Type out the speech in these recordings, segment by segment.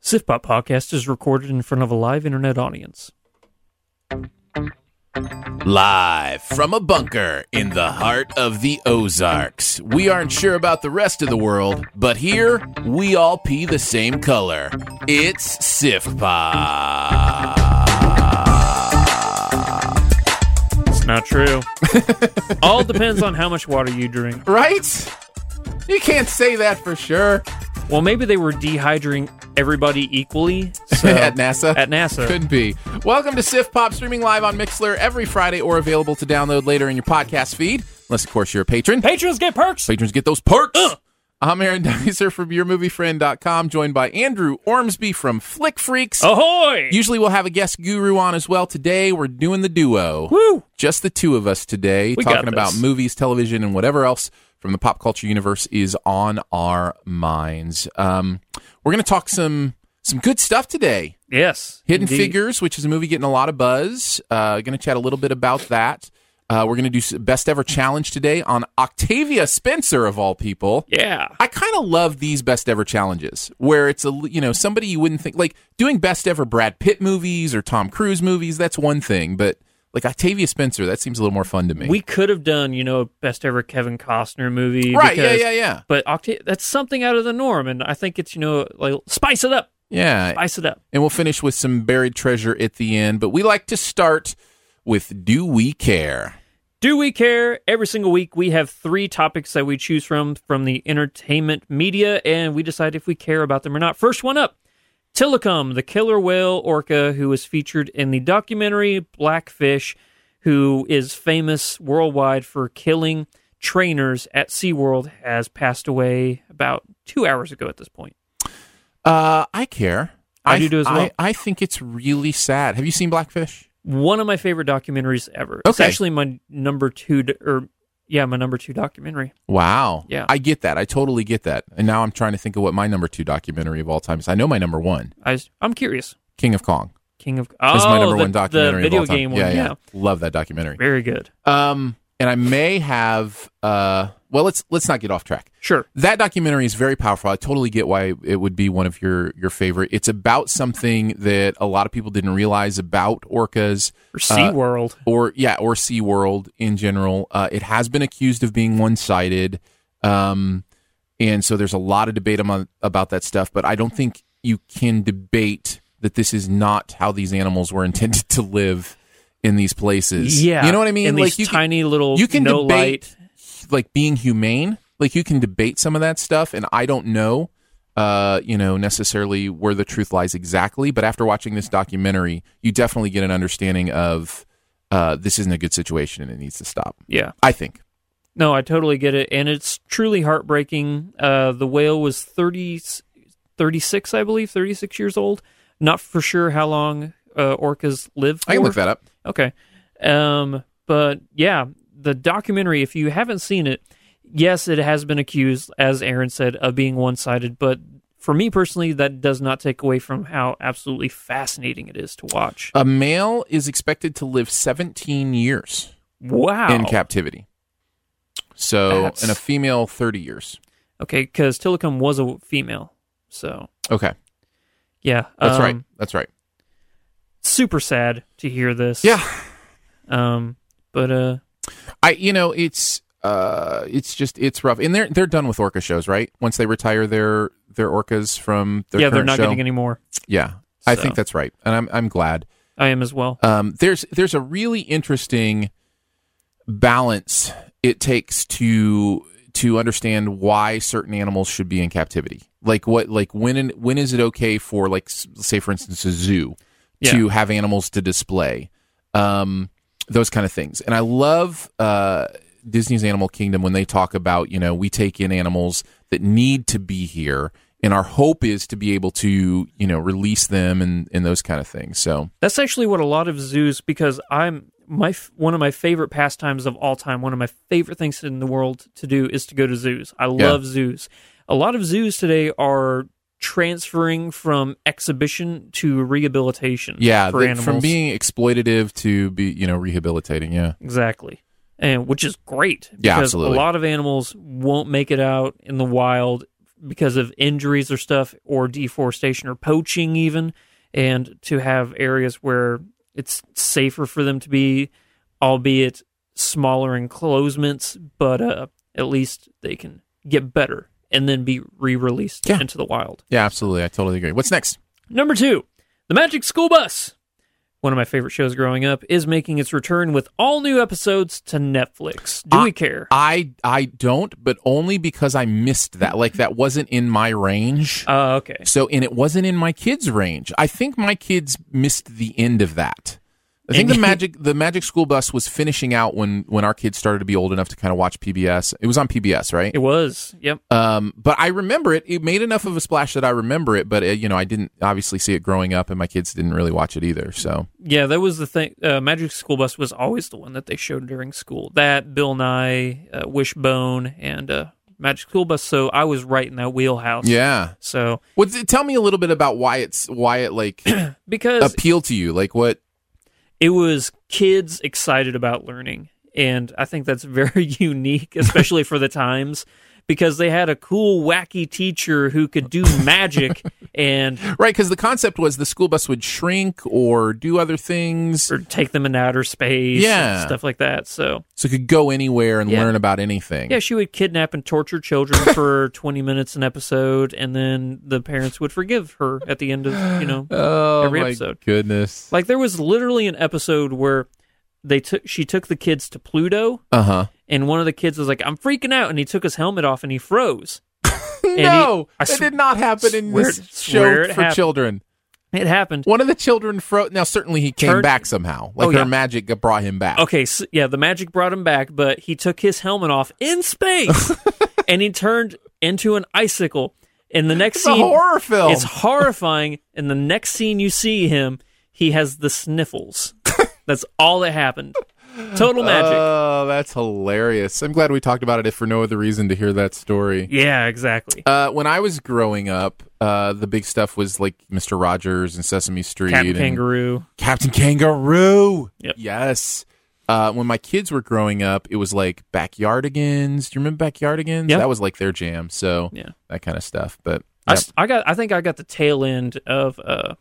SIFPOP podcast is recorded in front of a live internet audience. Live from a bunker in the heart of the Ozarks. We aren't sure about the rest of the world, but here we all pee the same color. It's SIFPOP. It's not true. All depends on how much water you drink. Right? You can't say that for sure Well, maybe they were dehydrating everybody equally so, at NASA. At NASA. Could be. Welcome to Sif Pop, streaming live on Mixler every Friday or available to download later in your podcast feed. Unless, of course, you're a patron. Patrons get perks. Patrons get those perks. I'm Aaron Dyser from YourMovieFriend.com, joined by Andrew Ormsby from Flick Freaks. Oh. Ahoy! Usually we'll have a guest guru on as well. Today we're doing the duo. Woo! Just the two of us today, We got talking about this. movies, television, and whatever else from the pop culture universe is on our minds. Um, we're going to talk some some good stuff today. Yes. Hidden indeed. Figures, which is a movie getting a lot of buzz. Uh, going to chat a little bit about that. Uh, we're going to do s- best ever challenge today on Octavia Spencer of all people. Yeah. I kind of love these best ever challenges where it's a l- you know somebody you wouldn't think like doing best ever Brad Pitt movies or Tom Cruise movies. That's one thing, but like Octavia Spencer, that seems a little more fun to me. We could have done, you know, best ever Kevin Costner movie. right? because- yeah, yeah, yeah, But Octa- that's something out of the norm, and I think it's, you know, like spice it up. yeah. Spice it up. and we'll finish with some buried treasure at the end. But we like to start with Do We Care? Do we care? Every single week, we have three topics that we choose from from the entertainment media, and we decide if we care about them or not. First one up Tillicum, the killer whale orca who was featured in the documentary Blackfish, who is famous worldwide for killing trainers at SeaWorld, has passed away about two hours ago at this point. Uh, I care. I th- do too as well. I, I think it's really sad. Have you seen Blackfish? One of my favorite documentaries ever. It's Okay. actually my number two, do- or yeah, my number two documentary. Wow. Yeah. I get that. I totally get that. And now I'm trying to think of what my number two documentary of all time is. I know my number one, I, was- I'm curious. King of Kong. King of That's oh, my number the, one documentary the video of all time. game one. Yeah, Yeah, yeah. Love that documentary. very good. Um, and I may have. Uh, well, let's let's not get off track. Sure, That documentary is very powerful. I totally get why it would be one of your your favorite. It's about something that a lot of people didn't realize about orcas. or SeaWorld. or yeah, or SeaWorld in general. Uh, it has been accused of being one-sided, um, and so there's a lot of debate among, about that stuff. But I don't think you can debate that this is not how these animals were intended to live in these places. yeah, you know what I mean. In like these you can, tiny little you can no debate- light. like being humane. Like you can debate some of that stuff, and I don't know. Uh, you know, necessarily where the truth lies exactly, but after watching this documentary, you definitely get an understanding of uh, this isn't a good situation and it needs to stop. Yeah, I think. no, I totally get it, and it's truly heartbreaking. Uh, the whale was 30, 36, I believe, thirty six years old. Not for sure how long uh, orcas live. For. I can look that up. Okay. Um, but yeah, the documentary, if you haven't seen it, yes, it has been accused, as Aaron said, of being one sided. But for me personally, that does not take away from how absolutely fascinating it is to watch. A male is expected to live 17 years Wow. in captivity. So, That's- and a female 30 years. okay, because Tillicum was a female. So, Okay. yeah. That's um, right. That's right. Super sad to hear this. Yeah. Um, but uh, I you know, it's uh it's just it's rough. And they're they're done with orca shows, right? Once they retire their their orcas from their yeah, they're current not show. getting any more. Yeah. I So. think that's right. And I'm I'm glad. I am as well. Um, there's there's a really interesting balance it takes to to understand why certain animals should be in captivity. Like what like when and when is it okay for like s- say for instance a zoo to have animals to display, um, those kind of things. And I love uh, Disney's Animal Kingdom when they talk about you know we take in animals that need to be here and our hope is to be able to you know release them and and those kind of things. So That's actually what a lot of zoos because I'm my f- one of my favorite pastimes of all time, one of my favorite things in the world to do is to go to zoos. I Yeah. love zoos. A lot of zoos today are transferring from exhibition to rehabilitation yeah, for that- animals. from being exploitative to be you know rehabilitating. Yeah, Exactly. And which is great because Yeah, absolutely. a lot of animals won't make it out in the wild because of injuries or stuff or deforestation or poaching even and to have areas where it's safer for them to be albeit smaller enclosements but uh, at least they can get better and then be re-released Yeah. into the wild. yeah, absolutely. I totally agree. What's next? Number two, The Magic School Bus. One of my favorite shows growing up is making its return with all new episodes to Netflix. Do we care? I I don't, but only because I missed that. Like that wasn't in my range. Uh, okay. So and it wasn't in my kids' range. I think my kids missed the end of that. I think And- the magic the magic school bus was finishing out when when our kids started to be old enough to kind of watch PBS. It was on PBS, right? It was. Yep. Um, but I remember it. It made enough of a splash that I remember it. But uh you know, I didn't obviously see it growing up, and my kids didn't really watch it either. So Yeah, that was the thing. Uh, Magic School Bus was always the one that they showed during school. That, Bill Nye, uh, Wishbone, and uh, Magic School Bus. So I was right in that wheelhouse. yeah. So What? Tell me a little bit about why it's why it like because appealed to you. Like what? it was kids excited about learning and i think that's very unique especially for the times because they had a cool wacky teacher who could do magic and Right, because the concept was the school bus would shrink or do other things, or take them in outer space Yeah. and stuff like that so so it could go anywhere and Yeah. learn about anything. yeah she would kidnap and torture children for 20 minutes an episode and then the parents would forgive her at the end of you know Oh Every my episode. goodness. like there was literally an episode where they took she took the kids to pluto Uh huh. and one of the kids was like, "I'm freaking out,ff," and he took his helmet off and he froze. And he- No, I that sw- did not happen in swear- this swear show it for happened. children. it happened. One of the children froze. Now, certainly he came Turned- back somehow. Like Oh, her yeah. magic brought him back. Okay, so, yeah, the magic brought him back, but he took his helmet off in space, and he turned into an icicle. And the next It's a scene, horror film. it's horrifying. and the next scene you see him, he has the sniffles. That's all that happened. Total magic. Oh, that's hilarious. I'm glad we talked about it, if for no other reason, to hear that story. yeah, exactly. Uh, when I was growing up, uh, the big stuff was like Mr. Rogers and Sesame Street Captain and Kangaroo. Captain Kangaroo. Yep. Yes. Uh, when my kids were growing up, it was like Backyardigans. Do you remember Backyardigans? Yeah. That was like their jam. So Yeah. that kind of stuff. But I, yep. s- I got. I think I got the tail end of uh,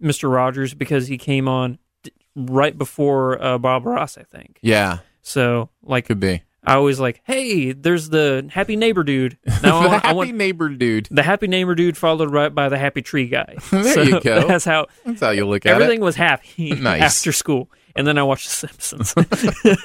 Mister Rogers because he came on d- right before uh, Bob Ross, I think. yeah, So like, could be. I was like, "Hey, there's the happy neighbor dude." Now I the want, happy I want neighbor dude. the happy neighbor dude followed right by the happy tree guy. There So you go. That's how That's how you look at everything was happy Nice. after school. And then I watched The Simpsons.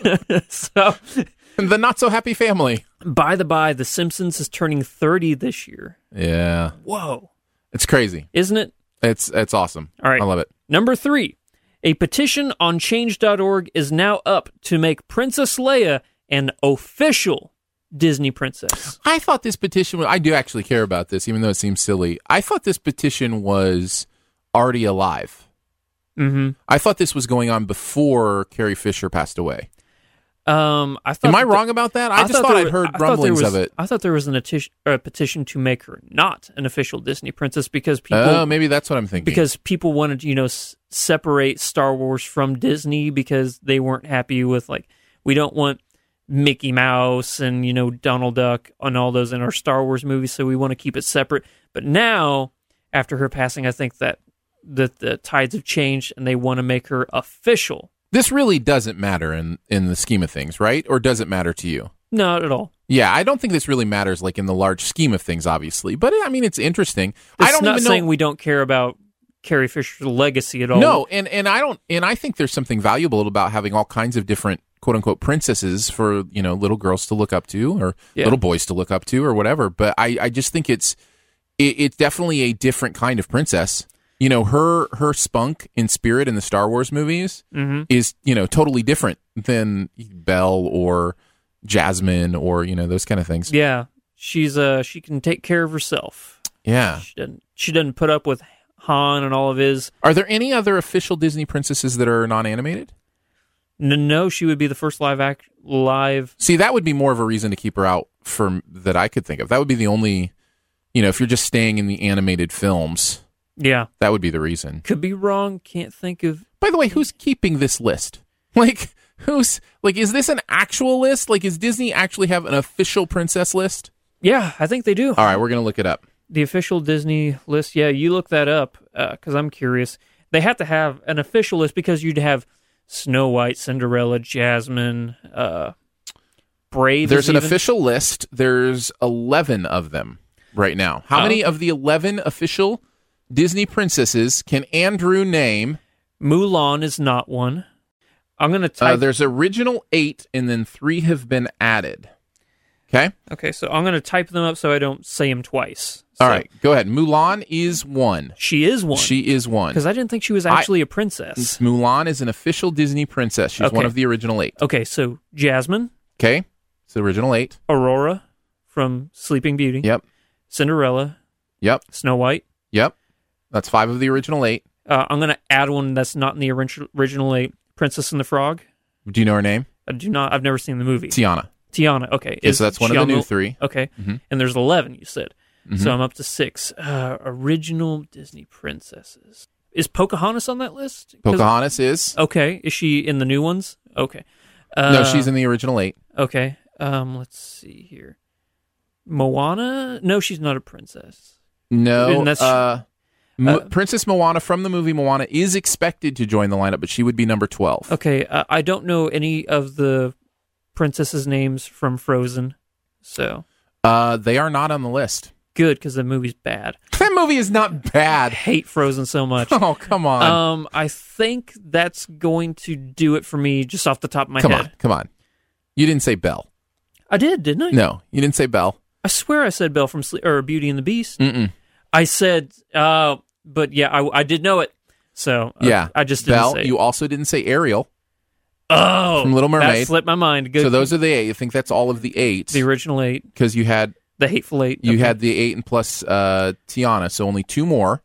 so, it. The not so happy family. by the by, The Simpsons is turning 30 this year. Yeah, Whoa, it's crazy. isn't it? It's it's awesome. All right. I love it. Number three, a petition on change.org is now up to make Princess Leia an official Disney princess. I thought this petition was, I do actually care about this, even though it seems silly. I thought this petition was already alive. Mm-hmm. I thought this was going on before Carrie Fisher passed away. Um, I thought Am I that the- wrong about that? I, just thought, there I'd was- heard I thought there rumblings was- of it. I thought there was an atti- a petition to make her not an official Disney princess because people Oh, maybe that's what I'm thinking. because people wanted to, you know s- separate Star Wars from Disney because they weren't happy with like we don't want Mickey Mouse and you know Donald Duck and all those in our Star Wars movies, so we want to keep it separate. But now, after her passing, I think that that the tides have changed and they want to make her official. this really doesn't matter in in the scheme of things, right? Or does it matter to you? Not at all. Yeah, I don't think this really matters, like in the large scheme of things, obviously. But I mean, it's interesting. It's I don't not even saying know. we don't care about Carrie Fisher's legacy at all. No, and and I don't, and I think there's something valuable about having all kinds of different quote unquote princesses for you know little girls to look up to or Yeah. little boys to look up to or whatever. But I I just think it's it, it's definitely a different kind of princess. You know, her her spunk and spirit in the Star Wars movies Mhm. is you know totally different than Belle or Jasmine or you know those kind of things. Yeah, she's uh she can take care of herself. Yeah. She doesn't. She doesn't put up with Han and all of his. Are there any other official Disney princesses that are non-animated? N- No, she would be the first live act live. See, that would be more of a reason to keep her out from that I could think of. That would be the only, you know, if you're just staying in the animated films, Yeah, that would be the reason. could be wrong. Can't think of. By the way, who's keeping this list? Like, who's like, is this an actual list? Like, is Disney actually have an official princess list? Yeah, I think they do. All right, we're gonna look it up. the official Disney list. Yeah, you look that up because I'm curious. They have to have an official list because you'd have Snow White, Cinderella, Jasmine, uh, Brave. is There's an even- official list. There's 11 of them right now. How Oh. many of the 11 official Disney princesses can Andrew name? Mulan is not one. I'm gonna Uh, type. there's original eight, and then three have been added. Okay. okay, so I'm gonna type them up so I don't say them twice. All So right. Go ahead. Mulan is one. she is one She is one. because I didn't think she was I- actually a princess. Mulan is an official Disney princess. She's one Okay. of the original eight. Okay, so Jasmine, Okay. It's the original eight. Aurora from Sleeping Beauty, Yep. Cinderella, Yep. Snow White. Yep. That's five of the original eight. Uh, I'm going to add one that's not in the orig- original eight, Princess and the Frog. Do you know her name? I do not. I've never seen the movie. Tiana. Tiana. Okay. Yeah, so that's she one of the on new three. Mm-hmm. Okay. And there's eleven. You said. So I'm up to six. Uh, original Disney princesses. Is Pocahontas on that list? 'Cause- Pocahontas is. Okay. Is she in the new ones? Okay. Uh, no, she's in the original eight. Okay. Um. Let's see here. Moana. No, she's not a princess. No, And that's- uh, Mo- uh, Princess Moana from the movie Moana is expected to join the lineup, but she would be number twelve. Okay. Uh, I don't know any of the princesses' names from Frozen. So Uh, they are not on the list. good because the movie's bad. That movie is not I bad. hate Frozen so much. Oh come on, Um, I think that's going to do it for me, just off the top of my come head. on, come on. You didn't say Belle. I did, didn't I? No, you didn't say Belle. I swear I said Belle from Sle- or Beauty and the Beast. Mm-mm. I said, uh, but yeah, I, I did know it. So uh, yeah, I just didn't Belle. say. it. You also didn't say Ariel. oh, from Little Mermaid. That slipped my mind. Good. So those are the eight. I think that's all of the eight the original eight, because you had the Hateful Eight. you Okay. had the eight and plus uh, Tiana. So only two more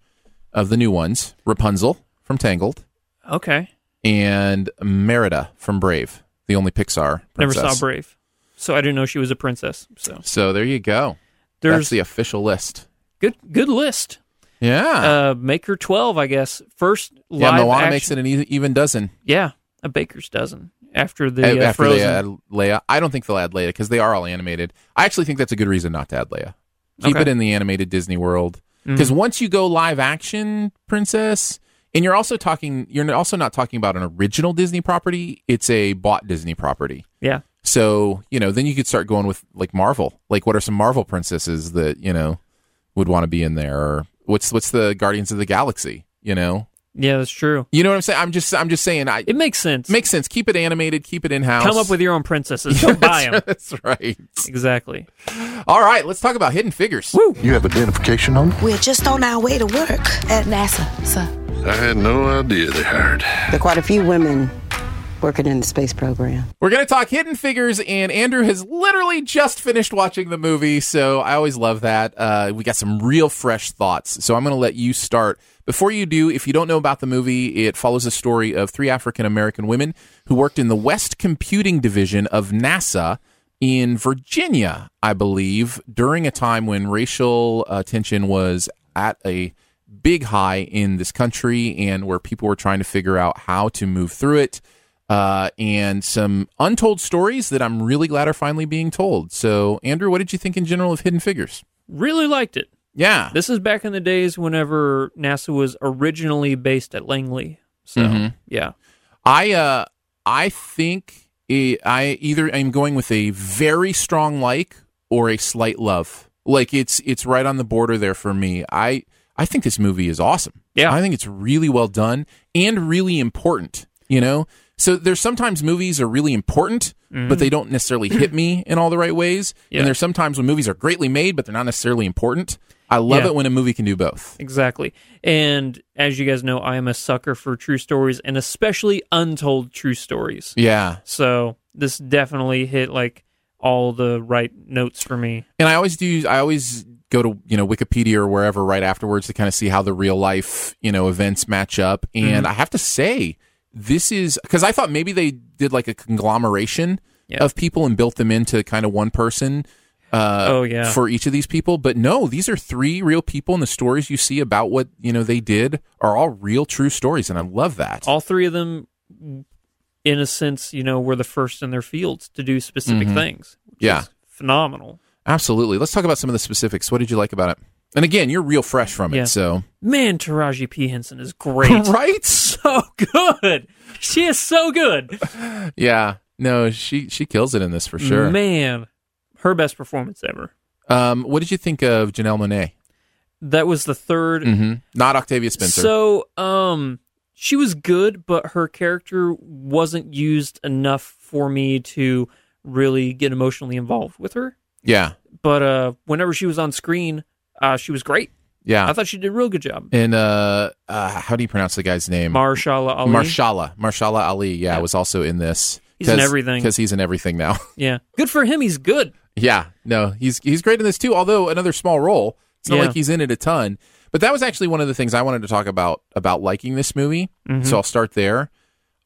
of the new ones: Rapunzel from Tangled okay. and Merida from Brave. The only Pixar princess. Never saw Brave, so I didn't know she was a princess. So So there you go. there's That's the official list. good good list. Yeah. Uh, Maker twelve, I guess. First live Ah. yeah, Moana action. makes it an e- even dozen Yeah, a baker's dozen after the a- uh, after Frozen. they add Leia. I don't think they'll add Leia because they are all animated. I actually think that's a good reason not to add Leia. Keep Okay. Mm-hmm. it in the animated Disney world because once you go live action princess, and you're also talking, you're also not talking about an original Disney property. It's a bought Disney property. yeah. So you know, then you could start going with like Marvel. Like, what are some Marvel princesses that you know would want to be in there? Or what's what's the Guardians of the Galaxy? You know, Yeah, that's true. You know what I'm saying? I'm just I'm just saying I It makes sense. makes sense. Keep it animated, keep it in house. Come up with your own princesses. Don't buy them. That's right. Exactly. All right, let's talk about hidden figures. You have identification on? We're just on our way to work. At NASA, sir. I had no idea they hired. There are quite a few women working in the space program. We're going to talk hidden figures and Andrew has literally just finished watching the movie, so I always love that. Uh, we got some real fresh thoughts. So I'm going to let you start. Before you do, if you don't know about the movie, it follows a story of three African American women who worked in the West Computing Division of NASA in Virginia, I believe, during a time when racial uh, tension was at a big high in this country and where people were trying to figure out how to move through it. Uh, and some untold stories that I'm really glad are finally being told. So, Andrew, what did you think in general of Hidden Figures? Really liked it. Yeah. This is back in the days whenever NASA was originally based at Langley. So Mm-hmm. yeah, I uh I think e- I either am going with a very strong like or a slight love. Like it's it's right on the border there for me. I I think this movie is awesome. Yeah. I think it's really well done and really important, you know? So there's sometimes movies are really important, but they don't necessarily hit me in all the right ways. Mm-hmm. Yeah. And there's sometimes when movies are greatly made, but they're not necessarily important. I love Yeah. it when a movie can do both. exactly. And as you guys know, I am a sucker for true stories and especially untold true stories. Yeah. So this definitely hit like all the right notes for me. And I always do. I always go to you know Wikipedia or wherever right afterwards to kind of see how the real life you know events match up. Mm-hmm. And I have to say, this is because I thought maybe they did like a conglomeration Yeah. of people and built them into kind of one person. Uh, Oh, yeah. for each of these people, but no, these are three real people, and the stories you see about what you know they did are all real, true stories, and I love that. all three of them in a sense you know were the first in their fields to do specific things which Mm-hmm. Yeah. is phenomenal Absolutely. Let's talk about some of the specifics. What did you like about it? And again, you're real fresh from Yeah. it, so man taraji p henson is great right? so good she is so good Yeah. No, she she kills it in this for sure. man her best performance ever Um, what did you think of Janelle Monet? that was the 3rd Mm-hmm. Not Octavia Spencer. So, um, she was good, but her character wasn't used enough for me to really get emotionally involved with her. yeah, But uh, whenever she was on screen, uh, she was great. yeah. I thought she did a real good job. and uh, uh, how do you pronounce the guy's name? Marshala Ali. Marshala. Marshala Ali. Yeah, was also in this. He's in everything. because he's in everything now. yeah, good for him. He's good. Yeah, no, he's he's great in this too. Although another small role, it's not Yeah. like he's in it a ton. But that was actually one of the things I wanted to talk about about liking this movie. Mm-hmm. So I'll start there.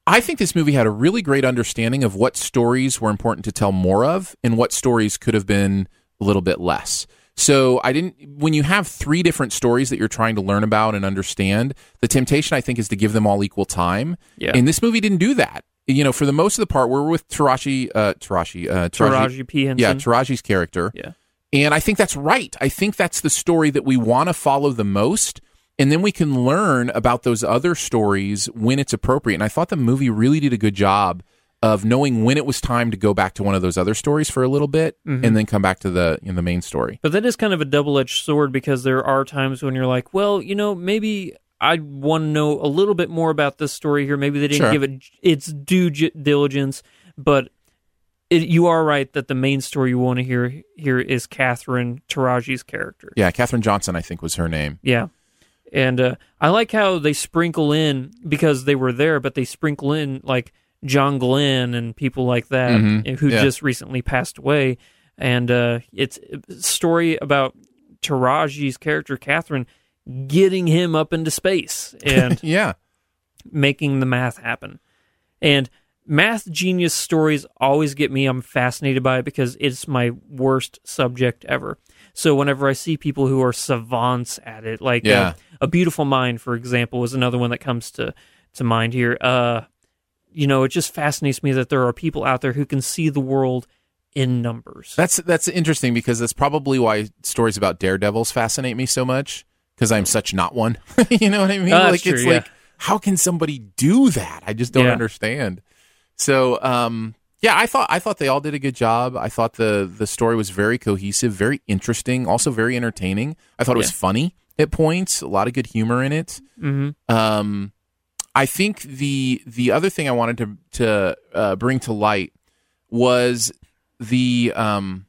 I think this movie had a really great understanding of what stories were important to tell more of and what stories could have been a little bit less. So I didn't when you have three different stories that you're trying to learn about and understand, the temptation I think is to give them all equal time. Yeah. And this movie didn't do that. You know, for the most of the part, we're with Taraji, uh, Taraji, uh, Taraji P Henson. yeah, Taraji's character. Yeah. And I think that's right. I think that's the story that we want to follow the most. And then we can learn about those other stories when it's appropriate. And I thought the movie really did a good job of knowing when it was time to go back to one of those other stories for a little bit and then come back to the you know, the main story. But that is kind of a double edged sword because there are times when you're like, well, you know, maybe I want to know a little bit more about this story here. Maybe they didn't Sure. give it its due j- diligence, but it, you are right that the main story you want to hear here is Catherine Taraji's character. Yeah, Katherine Johnson, I think, was her name. Yeah. And uh, I like how they sprinkle in because they were there, but they sprinkle in like John Glenn and people like that Mhm. who Yeah. just recently passed away. And uh, it's a story about Taraji's character Catherine getting him up into space and Yeah. making the math happen. And math genius stories always get me. I'm fascinated by it because it's my worst subject ever. So whenever I see people who are savants at it, like uh, Yeah. a beautiful mind, for example, is another one that comes to to mind here. Uh, you know, it just fascinates me that there are people out there who can see the world in numbers. That's that's interesting because that's probably why stories about daredevils fascinate me so much because I'm such not one. you know what I mean? Oh, that's like true, it's yeah. like how can somebody do that? I just don't Yeah. understand. So um yeah, I thought I thought they all did a good job. I thought the the story was very cohesive, very interesting, also very entertaining. I thought it was Yeah. funny at points, a lot of good humor in it. hmm Um, I think the the other thing I wanted to to uh, bring to light was the um,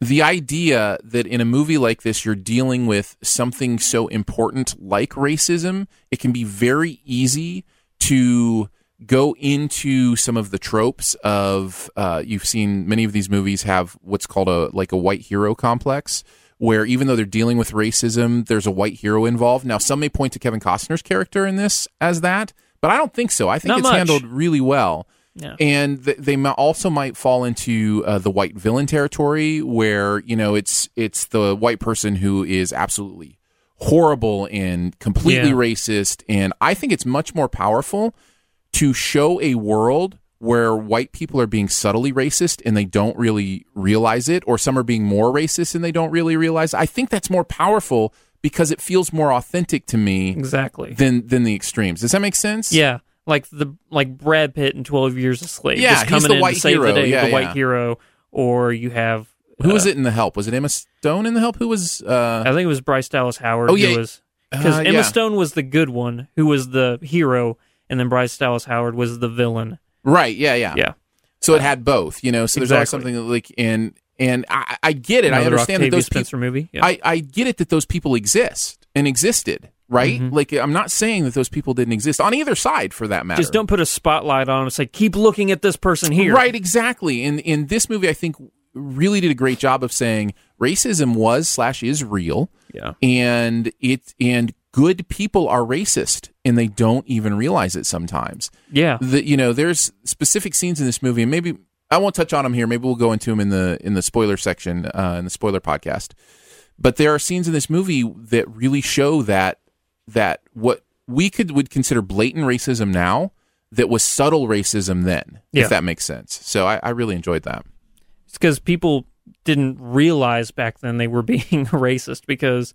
the idea that in a movie like this, you're dealing with something so important like racism. It can be very easy to go into some of the tropes of uh, you've seen many of these movies have what's called a like a white hero complex where even though they're dealing with racism there's a white hero involved now some may point to kevin costner's character in this as that but i don't think so i think Not it's much. handled really well Yeah. and th- they mi- also might fall into uh, the white villain territory where you know it's it's the white person who is absolutely horrible and completely Yeah. racist and i think it's much more powerful to show a world where white people are being subtly racist and they don't really realize it, or some are being more racist and they don't really realize. I think that's more powerful because it feels more authentic to me Exactly. than than the extremes. Does that make sense? Yeah, like the like Brad Pitt in Twelve Years a Slave. Yeah, just he's coming the in white to save hero. the day, Yeah, the white yeah. hero, or you have Who was uh, it in The Help? Was it Emma Stone in The Help? Who was? I Uh, think it was Bryce Dallas Howard. Oh, yeah. who was because Uh, Emma yeah. Stone was the good one, who was the hero, and then Bryce Dallas Howard was the villain. right. Yeah. Yeah. Yeah, So it had both. You know. So there's always Exactly. something that, like and and I, I get it. I Another understand Octavia that those people. Spencer movie. Yeah. I, I get it that those people exist and existed, right? Mm-hmm. Like, I'm not saying that those people didn't exist on either side for that matter. just don't put a spotlight on him. Say, keep looking at this person here. Right, exactly. And in this movie, I think really did a great job of saying racism was slash is real Yeah. and it and good people are racist and they don't even realize it sometimes Yeah. the, you know there's specific scenes in this movie and maybe i won't touch on them here maybe we'll go into them in the in the spoiler section uh, in the spoiler podcast but there are scenes in this movie that really show that that what we could would consider blatant racism now that was subtle racism then Yeah. if that makes sense so I, I really enjoyed that It's because people didn't realize back then they were being racist because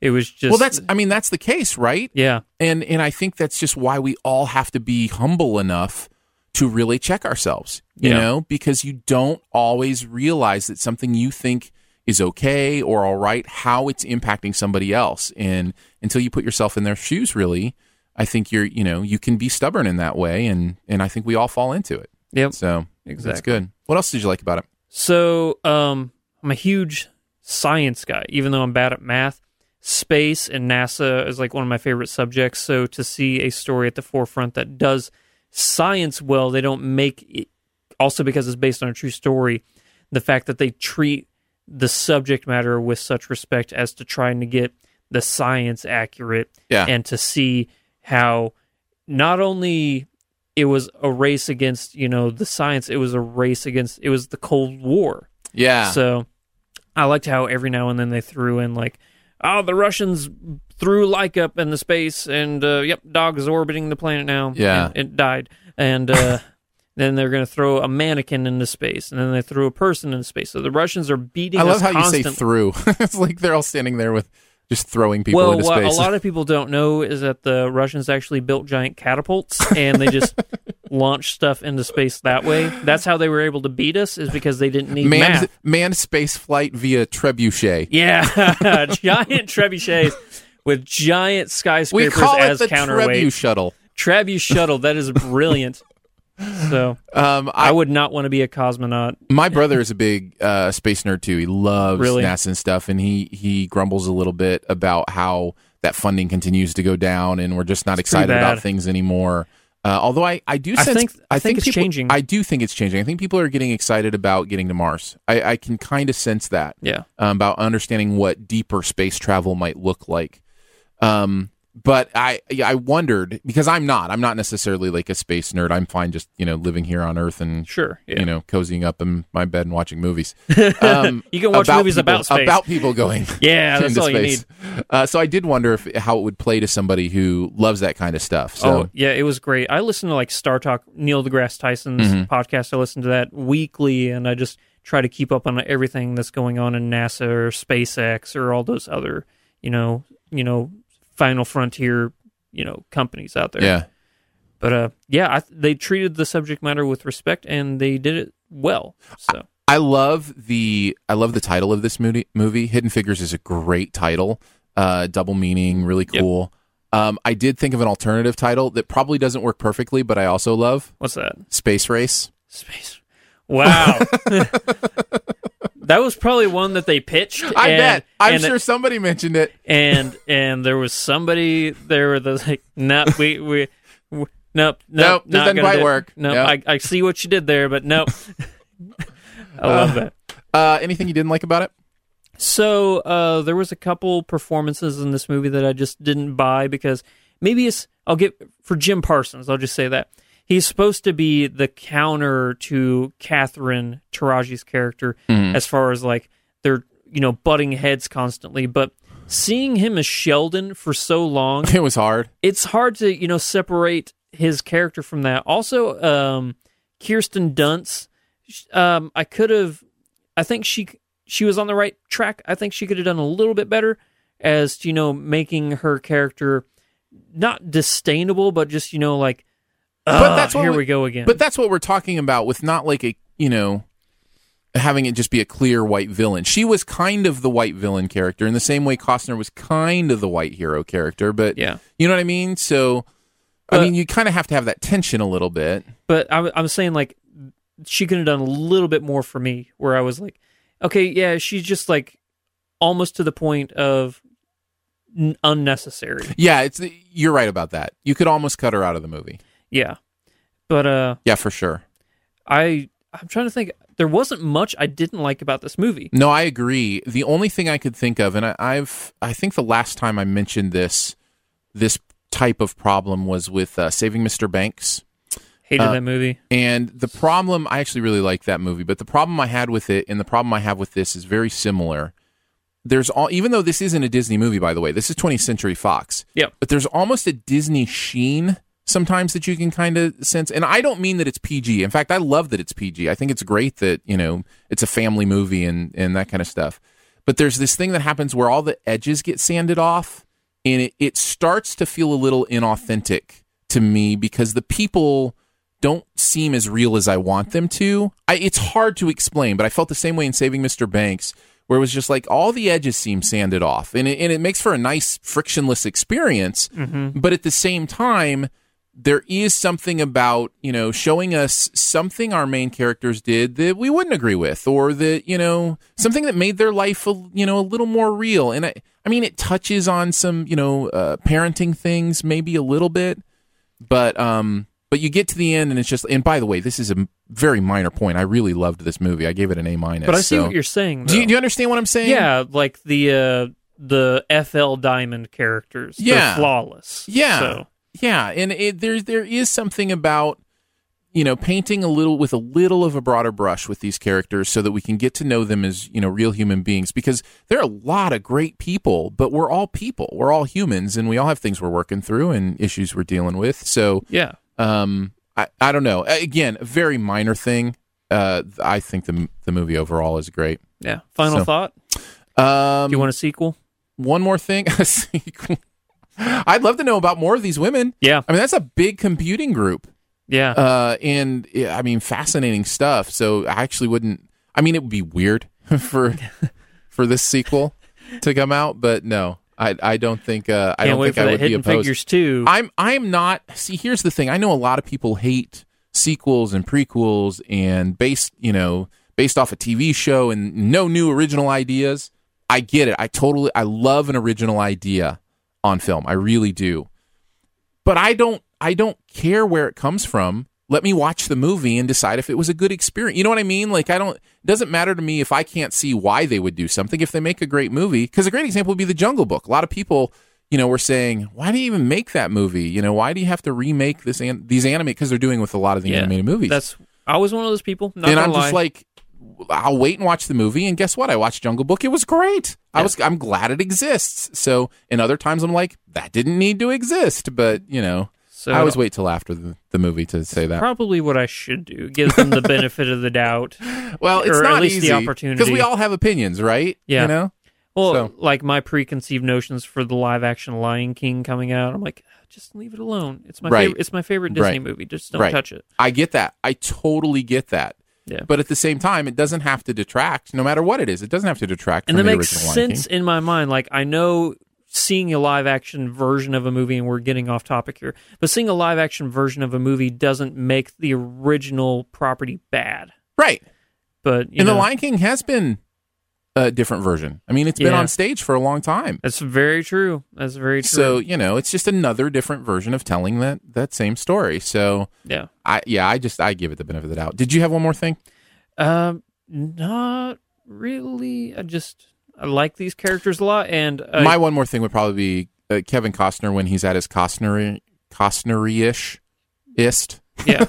it was just. well that's i mean that's the case right Yeah. and and i think that's just why we all have to be humble enough to really check ourselves you Yeah. know because you don't always realize that something you think is okay or all right how it's impacting somebody else and until you put yourself in their shoes really i think you're you know you can be stubborn in that way and and i think we all fall into it Yep. so that's Exactly. good what else did you like about it So um, I'm a huge science guy, even though I'm bad at math. Space and NASA is like one of my favorite subjects. So to see a story at the forefront that does science well, they don't make it, also because it's based on a true story, the fact that they treat the subject matter with such respect as to trying to get the science accurate Yeah. and to see how not only it was a race against you know the science it was a race against it was the cold war yeah so i liked how every now and then they threw in like oh the russians threw like up in the space and uh, yep dog is orbiting the planet now Yeah. And it died and uh, then they're going to throw a mannequin into space and then they threw a person into space so the russians are beating i love us how you say constantly through it's like they're all standing there with just throwing people well, into what space a lot of people don't know is that the Russians actually built giant catapults and they just launched stuff into space that way. That's how they were able to beat us is because they didn't need math. manned, manned space flight via trebuchet Yeah, giant trebuchets with giant We skyscrapers call it as the Trebu counterweight. shuttle. Trebu shuttle. That is brilliant. So Um, I I, would not want to be a cosmonaut. my brother is a big uh, space nerd too. He loves Really? NASA and stuff, and he he grumbles a little bit about how that funding continues to go down, and we're just not pretty excited about bad. things anymore. Uh, although I, I do I sense think- I think it's people- changing. I do think it's changing. I think people are getting excited about getting to Mars. I, I can kind of sense that. Yeah. um, about understanding what deeper space travel might look like. Um, but I yeah, I wondered because I'm not I'm not necessarily like a space nerd. I'm fine just you know living here on Earth and Sure. Yeah. you know cozying up in my bed and watching movies. Um, You can watch movies people- about space. about people going Yeah, that's into all you space. Uh, so I did wonder if how it would play to somebody who loves that kind of stuff. So Oh yeah, it was great. I listened to like Star Talk, Neil deGrasse Tyson's Mm-hmm. podcast. I listen to that weekly, and I just try to keep up on everything that's going on in NASA or SpaceX or all those other, you know, you know, Final Frontier, you know, companies out there. yeah, But uh, yeah, I, they treated the subject matter with respect, and they did it well. So I love the I love the title of this movie. Movie Hidden Figures is a great title, uh, double meaning, really Yep. cool. Um, I did think of an alternative title that probably doesn't work perfectly, but I also love what's that? Space Race. Space. Wow. that was probably one that they pitched. I and- bet I'm and it- sure somebody mentioned it. and and there was somebody there were the like no we we w- nope nope Nope, this not doesn't gonna quite do it. work. nope, Nope. I, I see what you did there but nope I love that Uh, anything you didn't like about it? so uh, there was a couple performances in this movie that I just didn't buy because maybe it's I'll get for Jim Parsons. I'll just say that he's supposed to be the counter to Catherine Taraji's character as far as like they're you know butting heads constantly, but seeing him as Sheldon for so long It was hard. it's hard to you know separate his character from that. Also, um, Kirsten Dunst, sh- um, I could have, I think she she was on the right track. I think she could have done a little bit better as you know making her character not disdainable, but just you know like, "Ugh, Ah, here we, go again. But that's what we're talking about with not like a you know having it just be a clear white villain. She was kind of the white villain character in the same way Costner was kind of the white hero character, but Yeah. you know what I mean? So I But- mean you kind of have to have that tension a little bit. but I'm, I'm saying like she could have done a little bit more for me where i was like okay yeah she's just like almost to the point of n- unnecessary Yeah, it's you're right about that. You could almost cut her out of the movie. yeah but uh Yeah, for sure. i i'm trying to think there wasn't much I didn't like about this movie. No, I agree. The only thing I could think of, and I, I've, I think the last time I mentioned this, this type of problem was with uh, Saving Mr. Banks. Hated that movie. And the problem, I actually really like that movie, but the problem I had with it and the problem I have with this is very similar. There's all, even though this isn't a Disney movie, by the way, this is 20th Century Fox. Yep. But there's almost a Disney sheen sometimes that you can kind of sense. And I don't mean that it's PG. In fact, I love that it's PG. I think it's great that, you know, it's a family movie and, and that kind of stuff. But there's this thing that happens where all the edges get sanded off and it, it starts to feel a little inauthentic to me because the people don't seem as real as I want them to. I, it's hard to explain, but I felt the same way in Saving Mr. Banks, where it was just like all the edges seem sanded off, and it, and it makes for a nice frictionless experience. Mm-hmm. But at the same time, there is something about you know showing us something our main characters did that we wouldn't agree with, or that you know something that made their life a, you know a little more real. And I, I mean, it touches on some you know uh, parenting things maybe a little bit but um but you get to the end and it's just and by the way this is a m- very minor point i really loved this movie i gave it an a minus But I see so- what you're saying. do you, though. do you understand what i'm saying yeah, like the uh, the FL Diamond characters. They're Yeah. flawless. yeah So, yeah and it, there there is something about you know painting a little with a little of a broader brush with these characters so that we can get to know them as you know real human beings because there are a lot of great people but we're all people we're all humans and we all have things we're working through and issues we're dealing with so yeah. Um, I, I don't know. A- Again, a very minor thing. Uh, I think the the movie overall is great. Yeah. Final So- thought. Um, Do you want a sequel? one more thing? A sequel. I'd love to know about more of these women. Yeah. I mean, that's a big computing group. Yeah. Uh, and yeah, I mean, fascinating stuff. So I actually wouldn't. I mean, it would be weird for for this sequel to come out, but no, I I don't think uh, I Can't don't wait think for I that would be Hidden opposed. Figures too. I'm I'm not see here's the thing. I know a lot of people hate sequels and prequels and based, you know, based off a TV show and no new original ideas. I get it. I totally I love an original idea on film. I really do. But I don't I don't care where it comes from. Let me watch the movie and decide if it was a good experience. You know what I mean? Like I don't it doesn't matter to me if I can't see why they would do something if they make a great movie cuz a great example would be The Jungle Book. A lot of people you know, we're saying, why do you even make that movie? You know, why do you have to remake this an- these anime? Because they're doing with a lot of the yeah. animated movies. That's I was one of those people. Not and gonna I'm just lie. like, I'll wait and watch the movie. And guess what? I watched Jungle Book. It was great. I was. I'm glad it exists. So, and other times I'm like, that didn't need to exist. But you know, So- I always wait till after the, the movie to say that. probably what I should do. Give them the benefit of the doubt. well, it's or at not least the easy because opportunity. we all have opinions, right? Yeah. You know. Well, So- like my preconceived notions for the live action Lion King coming out, I'm like, "Ah, just leave it alone. It's my Right. favorite, it's my favorite Disney Right. movie. Just don't Right. touch it. I get that. I totally get that. Yeah. But at the same time, it doesn't have to detract. No matter what it is, it doesn't have to detract. And from that the makes original Lion King. sense in my mind. Like I know seeing a live action version of a movie, and we're getting off topic here, but seeing a live action version of a movie doesn't make the original property bad. Right. But you and know, the Lion King has been a different version. I mean, it's been Yeah. on stage for a long time. that's very true. That's very true. So, you know, it's just another different version of telling that that same story. So, yeah. I yeah, I just I give it the benefit of the doubt. Did you have one more thing? Um, not really. I just I like these characters a lot, and uh, My one more thing would probably be uh, Kevin Costner when he's at his Costner Costnery-ish ist yeah,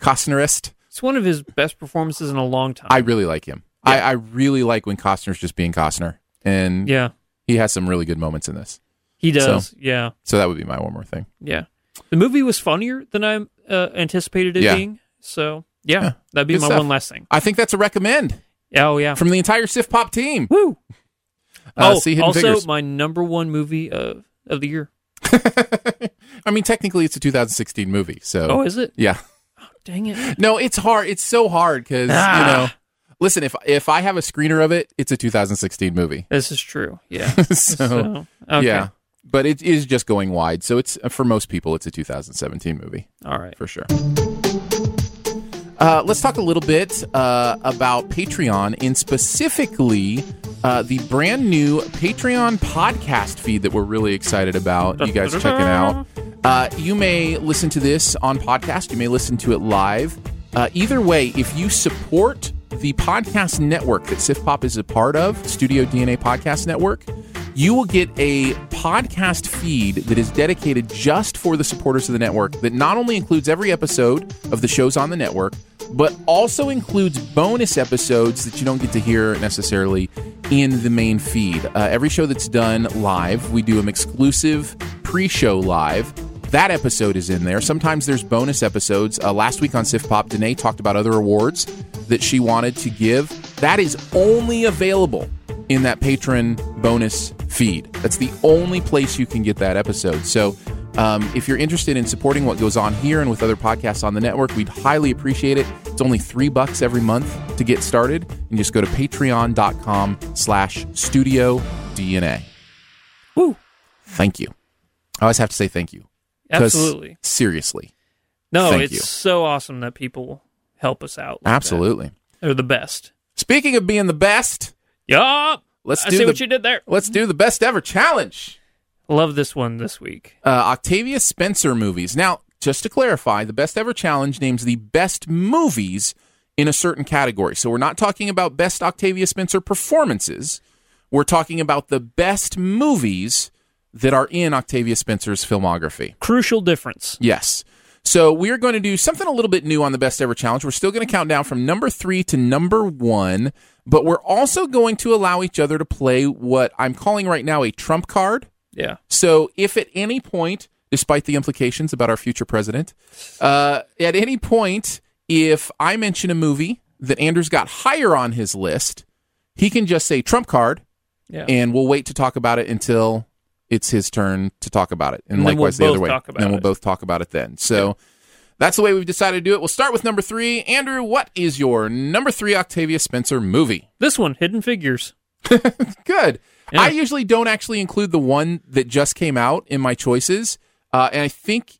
Costnerist. it's one of his best performances in a long time. I really like him. I, I really like when Costner's just being Costner, and yeah, he has some really good moments in this. he does. Yeah, So that would be my one more thing. yeah. The movie was funnier than I uh, anticipated it Yeah. being. So yeah, Yeah, that'd be good my stuff. one last thing. I think that's a recommend Oh yeah. from the entire Sif Pop team. Woo. Uh, oh, see Hidden also Figures. my number one movie of of the year. I mean, technically, it's a 2016 movie. So, Oh, is it? yeah. Dang it. No, it's hard. It's so hard because you Ah. know. Listen, if if I have a screener of it, it's a 2016 movie. This is true. Yeah. so, So, okay. Oh. yeah, but it is just going wide. So it's for most people, it's a 2017 movie All right. for sure. Uh, let's talk a little bit uh, about Patreon and specifically uh, the brand new Patreon podcast feed that we're really excited about. You guys checking out. Uh, you may listen to this on podcast. You may listen to it live. Uh, either way, if you support the podcast network that Sif Pop is a part of, Studio DNA Podcast Network, you will get a podcast feed that is dedicated just for the supporters of the network that not only includes every episode of the shows on the network, but also includes bonus episodes that you don't get to hear necessarily in the main feed. Uh, every show that's done live, we do an exclusive pre show live. That episode is in there. Sometimes there's bonus episodes. Uh, last week on Sif Pop, Danae talked about other awards that she wanted to give. That is only available in that patron bonus feed. That's the only place you can get that episode. So um, if you're interested in supporting what goes on here and with other podcasts on the network, we'd highly appreciate it. It's only three bucks every month to get started. And just go to patreon.com slash studio DNA. Woo. Thank you. I always have to say thank you. 'Cause Absolutely. Seriously. No, Thank it's you. so awesome that people help us out. like Absolutely. that. They're the best. Speaking of being the best, Yup. Let's I do see the- what you did there. let's do the best ever challenge. Love this one this week. Uh, Octavia Spencer movies. Now, just to clarify, the best ever challenge names the best movies in a certain category. So we're not talking about best Octavia Spencer performances. We're talking about the best movies that are in Octavia Spencer's filmography. Crucial difference. Yes. So we are going to do something a little bit new on the best ever challenge. We're still going to count down from number three to number one, but we're also going to allow each other to play what I'm calling right now a trump card. Yeah. So if at any point, despite the implications about our future president, uh, at any point, if I mention a movie that Anders got higher on his list, he can just say trump card, Yeah. and we'll wait to talk about it until it's his turn to talk about it. And And, then we'll likewise the other both way. talk about and we'll it. both talk about it then. So that's the way we've decided to do it. We'll start with number three. Andrew, what is your number three Octavia Spencer movie? this one, Hidden Figures. Good. Yeah. I usually don't actually include the one that just came out in my choices. Uh, and I think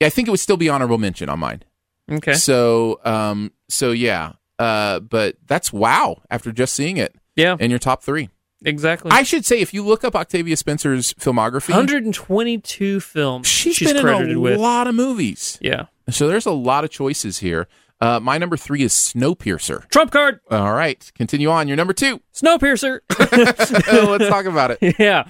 I think it would still be honorable mention on mine. Okay. So um so yeah. Uh but that's wow after just seeing it Yeah. in your top three. Exactly. I should say if you look up Octavia Spencer's filmography 122 films. she's been credited in a with. lot of movies. Yeah. So there's a lot of choices here. Uh, my number three is Snowpiercer. Trump card. All right, continue on. Your number two. Snowpiercer. Let's talk about it. yeah.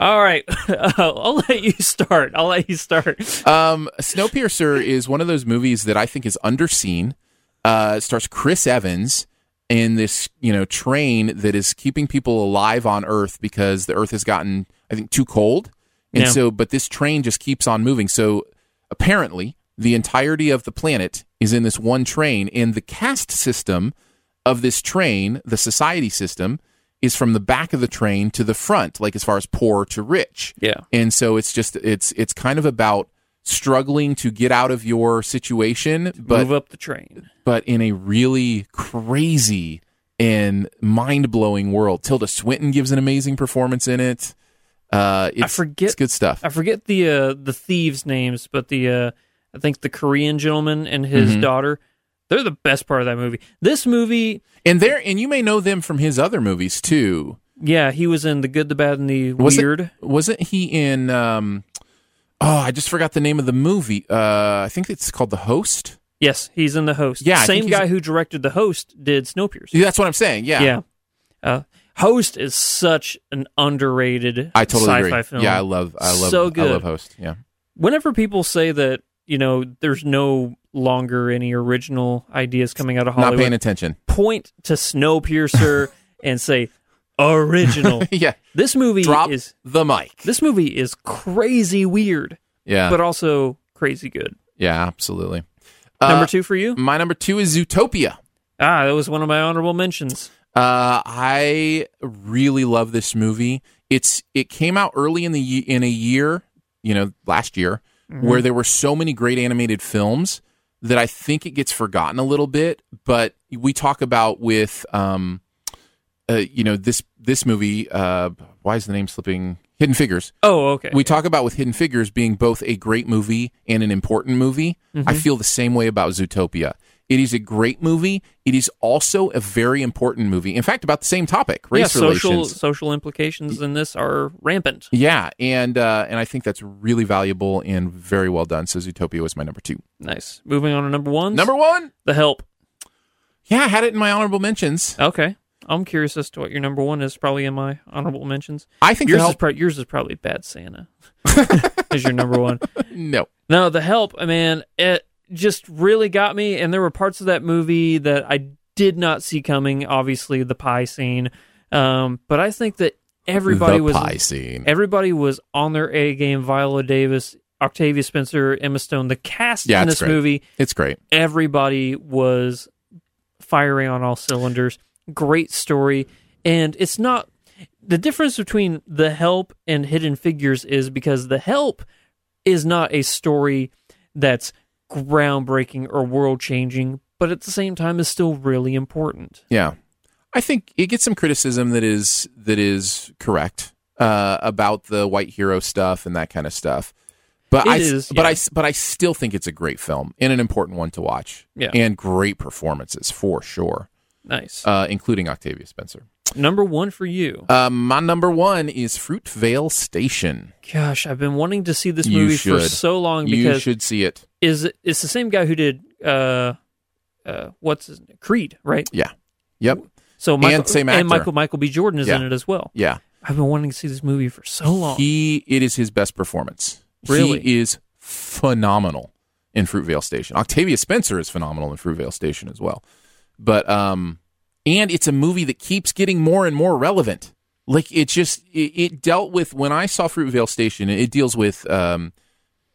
All right. I'll let you start. I'll let you start. Um, Snowpiercer is one of those movies that I think is underseen. Uh, it stars Chris Evans in this you know train that is keeping people alive on Earth because the Earth has gotten I think too cold, and Yeah. so but this train just keeps on moving. So apparently the entirety of the planet is in this one train, and the caste system of this train, the society system, is from the back of the train to the front, like as far as poor to rich Yeah. and so it's just it's it's kind of about struggling to get out of your situation but Move up the train. but in a really crazy and mind-blowing world tilda swinton gives an amazing performance in it uh it's, forget- it's good stuff I forget the uh, the thieves' names, but the uh, I think the Korean gentleman and his Mm-hmm. daughter. They're the best part of that movie. This movie, and there and you may know them from his other movies too yeah, he was in the good, the bad, and the Was it- weird. wasn't he in um oh i just forgot the name of the movie uh i think it's called the host Yes, he's in the host. Yeah, I think same he's- guy who directed the host did Snowpiercer. Yeah, that's what i'm saying yeah yeah. Uh, host is such an underrated i totally sci-fi agree film. yeah i love i love So good. i love host yeah whenever people say that you know there's no longer any original ideas coming out of not paying Hollywood, attention point to Snowpiercer and say original. yeah this movie drop is the mic. this movie is crazy weird, Yeah, but also crazy good. yeah, absolutely. Number Uh, two for you? My number two is Zootopia. Ah, that was one of my honorable mentions. Uh, I really love this movie. It's it came out early in the ye- in a year, you know, last year, where there were so many great animated films that I think it gets forgotten a little bit. But we talk about with, um, uh, you know, this this movie. Uh, why is the name slipping? Hidden Figures. Oh, okay. we talk about with Hidden Figures being both a great movie and an important movie. I Mm-hmm. feel the same way about Zootopia. It is a great movie. It is also a very important movie. In fact, about the same topic, race yeah, social relations. social implications in this are rampant. Yeah, and uh, and I think that's really valuable and very well done. So Zootopia was my number two. Nice. Moving on to number one. Number one, the help. Yeah, I had it in my honorable mentions. Okay. I'm curious as to what your number one is. Probably in my honorable mentions. I think Yours the is, help. pro- yours is probably Bad Santa. is your number one? no, No, the help, uh, man, it just really got me. And there were parts of that movie that I did not see coming. Obviously, the pie scene, um, but I think that everybody the was pie scene. everybody was on their A game. Viola Davis, Octavia Spencer, Emma Stone, the cast Yeah, in it's this great. movie, it's great. everybody was firing on all cylinders. Great story, and it's not the difference between The Help and Hidden Figures is because The Help is not a story that's groundbreaking or world changing, but at the same time is still really important. Yeah, I think it gets some criticism that is that is correct uh, about the white hero stuff and that kind of stuff. But It I, is, but yeah. I, but I still think it's a great film and an important one to watch. Yeah. and great performances for sure, Nice. uh, including Octavia Spencer. Number one for you. Um, my number one is Fruitvale Station. Gosh, I've been wanting to see this You movie for should. so long You because should see it. is it's the same guy who did uh uh what's his Creed, right? Yeah. Yep. So And Michael same actor. and Michael Michael B. Jordan is Yeah. in it as well. Yeah. I've been wanting to see this movie for so long. He it is his best performance. Oh, Really? He is phenomenal in Fruitvale Station. Octavia Spencer is phenomenal in Fruitvale Station as well. But um and it's a movie that keeps getting more and more relevant. Like it just it, it dealt with when I saw Fruitvale Station, it deals with um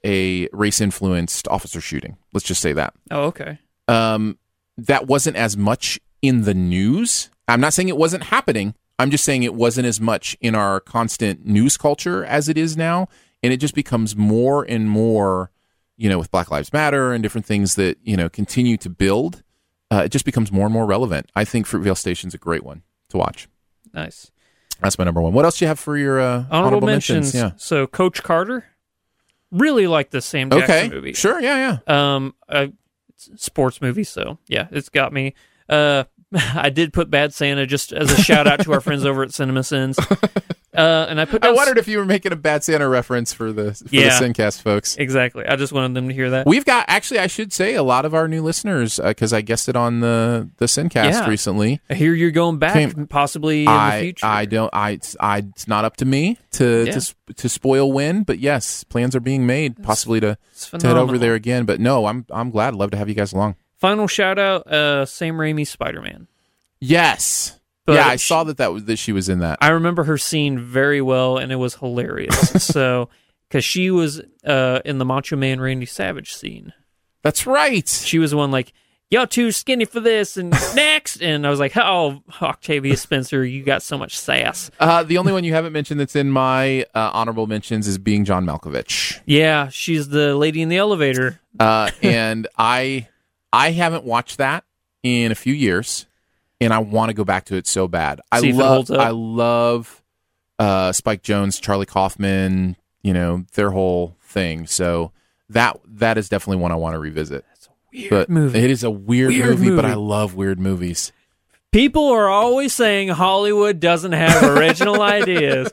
a race influenced officer shooting. Let's just say that. oh, okay. um, that wasn't as much in the news. I'm not saying it wasn't happening. I'm just saying it wasn't as much in our constant news culture as it is now, and it just becomes more and more, you know, with Black Lives Matter and different things that you know continue to build. Uh, it just becomes more and more relevant. I think Fruitvale Station's a great one to watch. Nice. That's my number one. What else do you have for your uh, honorable, Honorable, mentions. Yeah. So Coach Carter. Really like the Sam Jackson Okay. movie. Sure. Yeah. Yeah. Um uh, it's a sports movie, so yeah, it's got me. Uh I did put Bad Santa just as a shout out to our friends over at CinemaSins. Uh and I put I down- wondered if you were making a Bad Santa reference for the for Yeah. the Sincast folks. Exactly. I just wanted them to hear that. We've got actually, I should say, a lot of our new listeners because I guessed it on the the Sincast Yeah. recently. I hear you're going back, Came- possibly in I the future. I don't I it's, I it's not up to me to Yeah. to s- to spoil when, but yes, plans are being made possibly to, It's to head over phenomenal. there again. But no, I'm I'm glad, love to have you guys along. Final shout out, uh, Sam Raimi's Spider Man. Yes, But yeah, I she- saw that that was that she was in that. I remember her scene very well, and it was hilarious. so, because she was uh, in the Macho Man Randy Savage scene, That's right. she was the one like, "Y'all too skinny for this," and next, and I was like, "Oh, Octavia Spencer, you got so much sass." Uh, the only one you haven't mentioned that's in my uh, honorable mentions is being John Malkovich. Yeah, she's the lady in the elevator. uh, and I I haven't watched that in a few years, and I want to go back to it so bad. I See if it love holds up. I love uh, Spike Jones, Charlie Kaufman, you know their whole thing. So that that is definitely one I want to revisit. Weird But movie. it is a weird, Weird movie, but movie. I love weird movies. People are always saying Hollywood doesn't have original ideas.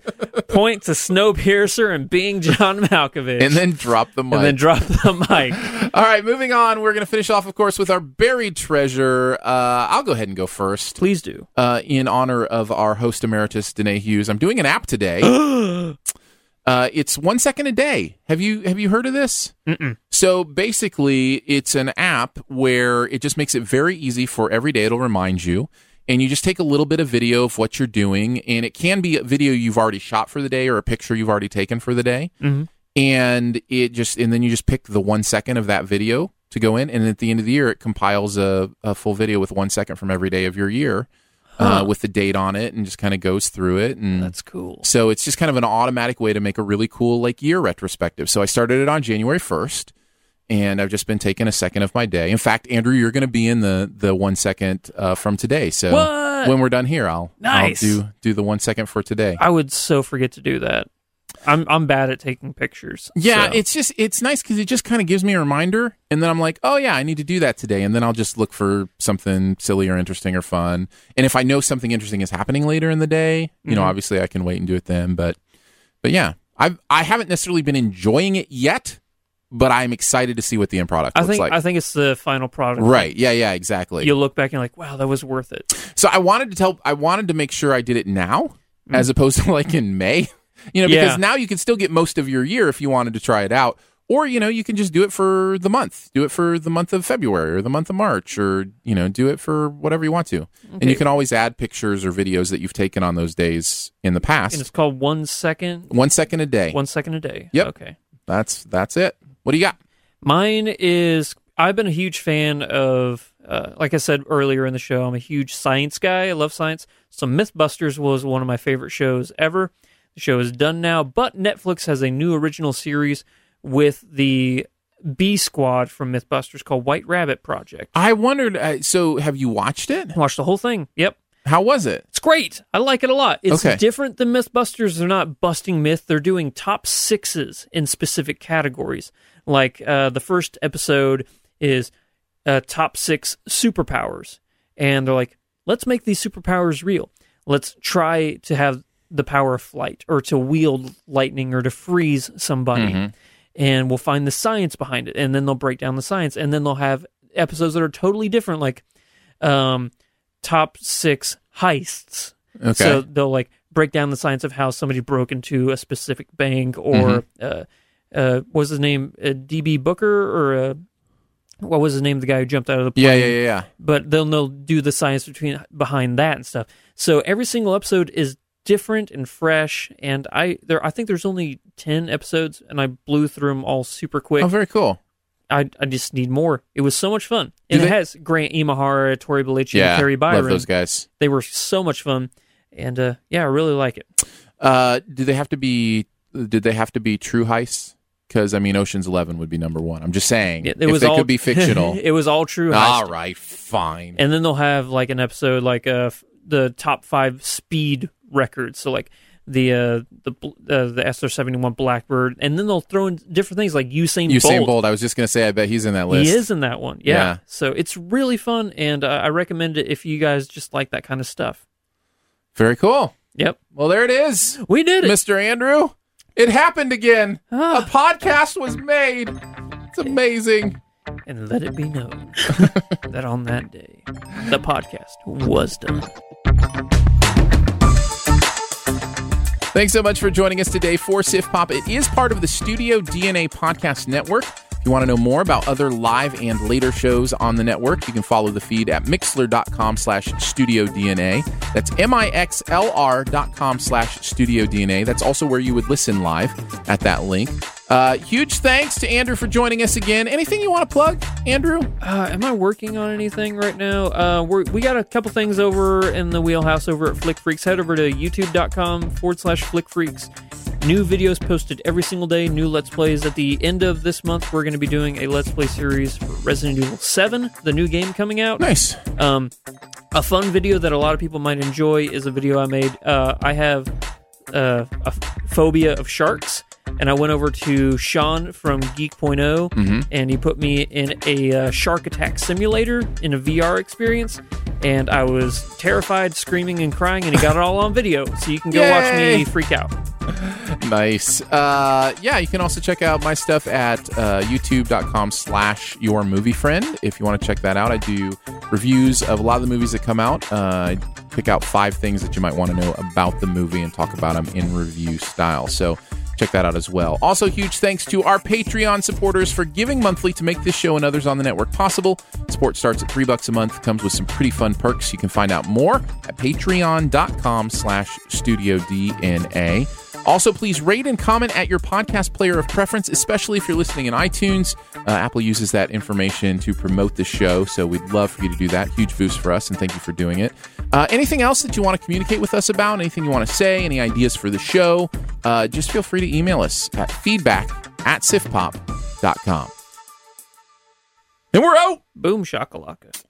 Point to Snowpiercer and being John Malkovich. And then drop the mic. and then drop the mic. All right, moving on. We're going to finish off, of course, with our buried treasure. Uh, I'll go ahead and go first. Please do. uh, in honor of our host emeritus Danae Hughes. I'm doing an app today. uh, it's one second a day. Have you have you heard of this? Mm-mm. So basically, it's an app where it just makes it very easy for every day. It'll remind you. And you just take a little bit of video of what you're doing, and it can be a video you've already shot for the day or a picture you've already taken for the day. And it just, and then you just pick the one second of that video to go in. And at the end of the year, it compiles a, a full video with one second from every day of your year uh, with the date on it and just kind of goes through it and That's cool. so it's just kind of an automatic way to make a really cool like year retrospective so i started it on january 1st and i've just been taking a second of my day in fact andrew you're going to be in the the one second uh, from today so What? when we're done here i'll Nice. i'll do do the one second for today I would so forget to do that. I'm I'm bad at taking pictures. yeah, so. it's just it's nice because it just kind of gives me a reminder, and then I'm like, oh yeah, I need to do that today, and then I'll just look for something silly or interesting or fun. And if I know something interesting is happening later in the day, you Mm-hmm. know, obviously I can wait and do it then. But but yeah, I I haven't necessarily been enjoying it yet, but I'm excited to see what the end product I looks think like. I think it's the final product. right. Yeah. Yeah. Exactly. You look back and you're like, wow, that was worth it. So I wanted to tell, I wanted to make sure I did it now as opposed to like in May, you know, because Mm. Yeah. now you can still get most of your year if you wanted to try it out. Or, you know, you can just do it for the month, do it for the month of February or the month of March or, you know, do it for whatever you want to. And you can always add pictures or videos that you've taken on those days in the And it's past. called one second, One second a day. one second a day. Yep. Okay. That's, that's it. What do you got? Mine is I've been a huge fan of, uh, like I said earlier in the show, I'm a huge science guy. I love science. So MythBusters was one of my favorite shows ever. The show is done now, but Netflix has a new original series with the B Squad from MythBusters called White Rabbit Project. I wondered. Uh, so, have you watched it? Watch the whole thing. Yep. How was it? It's great. I like it a lot. It's Okay. different than Mythbusters. They're not busting myth. They're doing top sixes in specific categories. Like uh, the first episode is uh, top six superpowers, and they're like, let's make these superpowers real. Let's try to have the power of flight, or to wield lightning, or to freeze somebody, Mm-hmm. and we'll find the science behind it. And then they'll break down the science, and then they'll have episodes that are totally different, like um, top six heists. Okay. So they'll like break down the science of how somebody broke into a specific bank or Mm-hmm. uh, uh, what was his name? Uh, DB Booker or uh, what was his name? The guy who jumped out of the plane yeah, yeah, yeah, yeah. but then they'll do the science between behind that and stuff. So every single episode is different and fresh. And I there I think there's only ten episodes, and I blew through them all super quick. Oh, very cool. I, I just need more. It was so much fun. And Do it they- has Grant Imahara, Tori Bellucci, Yeah, and Terry Byron. love those guys. They were so much fun, and uh, yeah, I really like it. Uh, do they have to be? Did they have to be true heists? Because I mean, Ocean's Eleven would be number one. I'm just saying, It, it if was they all could be fictional. it was all true. all heist. right, fine. and then they'll have like an episode like uh f- the top five speed records so like the uh the bl- uh, the sr-71 blackbird and then they'll throw in different things like usain, Usain Bolt. I was just gonna say, I bet he's in that list. he is in that one yeah, Yeah. so it's really fun and uh, i recommend it if you guys just like that kind of stuff Very cool. yep Well, there it is, we did it Mr. Andrew. It happened again. Ah. A podcast was made. It's amazing. and let it be known that on that day the podcast was done Thanks so much for joining us today for Sif Pop. It is part of the Studio DNA Podcast Network. If you want to know more about other live and later shows on the network, you can follow the feed at mixler.com slash studio DNA. That's M-I-X-L-R dot com slash studio DNA. That's also where you would listen live at that link. Uh, huge thanks to Andrew for joining us again. Anything you want to plug, Andrew? Uh, am I working on anything right now? Uh, we're, we got a couple things over in the wheelhouse over at Flick Freaks. Head over to youtube.com forward slash Flick Freaks. New videos posted every single day, new Let's Plays. At the end of this month, we're going to be doing a Let's Play series for Resident Evil 7, the new game coming out. Nice. Um, a fun video that a lot of people might enjoy is a video I made. Uh, I have uh, a f- phobia of sharks, and I went over to Sean from Geek.0, and he put me in a uh, shark attack simulator in a VR experience. And I was terrified, screaming, and crying, and he got it all on video. So you can go watch Yay! me freak out. Nice. Uh, yeah, you can also check out my stuff at uh, youtube.com slash your movie friend if you want to check that out. I do reviews of a lot of the movies that come out. Uh, I pick out five things that you might want to know about the movie and talk about them in review style. So check that out as well. Also, huge thanks to our Patreon supporters for giving monthly to make this show and others on the network possible. Support starts at three bucks a month, comes with some pretty fun perks. You can find out more at patreon.com slash studio DNA. Also, please rate and comment at your podcast player of preference, especially if you're listening in iTunes. Uh, Apple uses that information to promote the show, so we'd love for you to do that. Huge boost for us, and thank you for doing it. Uh, anything else that you want to communicate with us about, anything you want to say, any ideas for the show, uh, just feel free to email us at feedback at sifpop.com. And we're out! Boom shakalaka.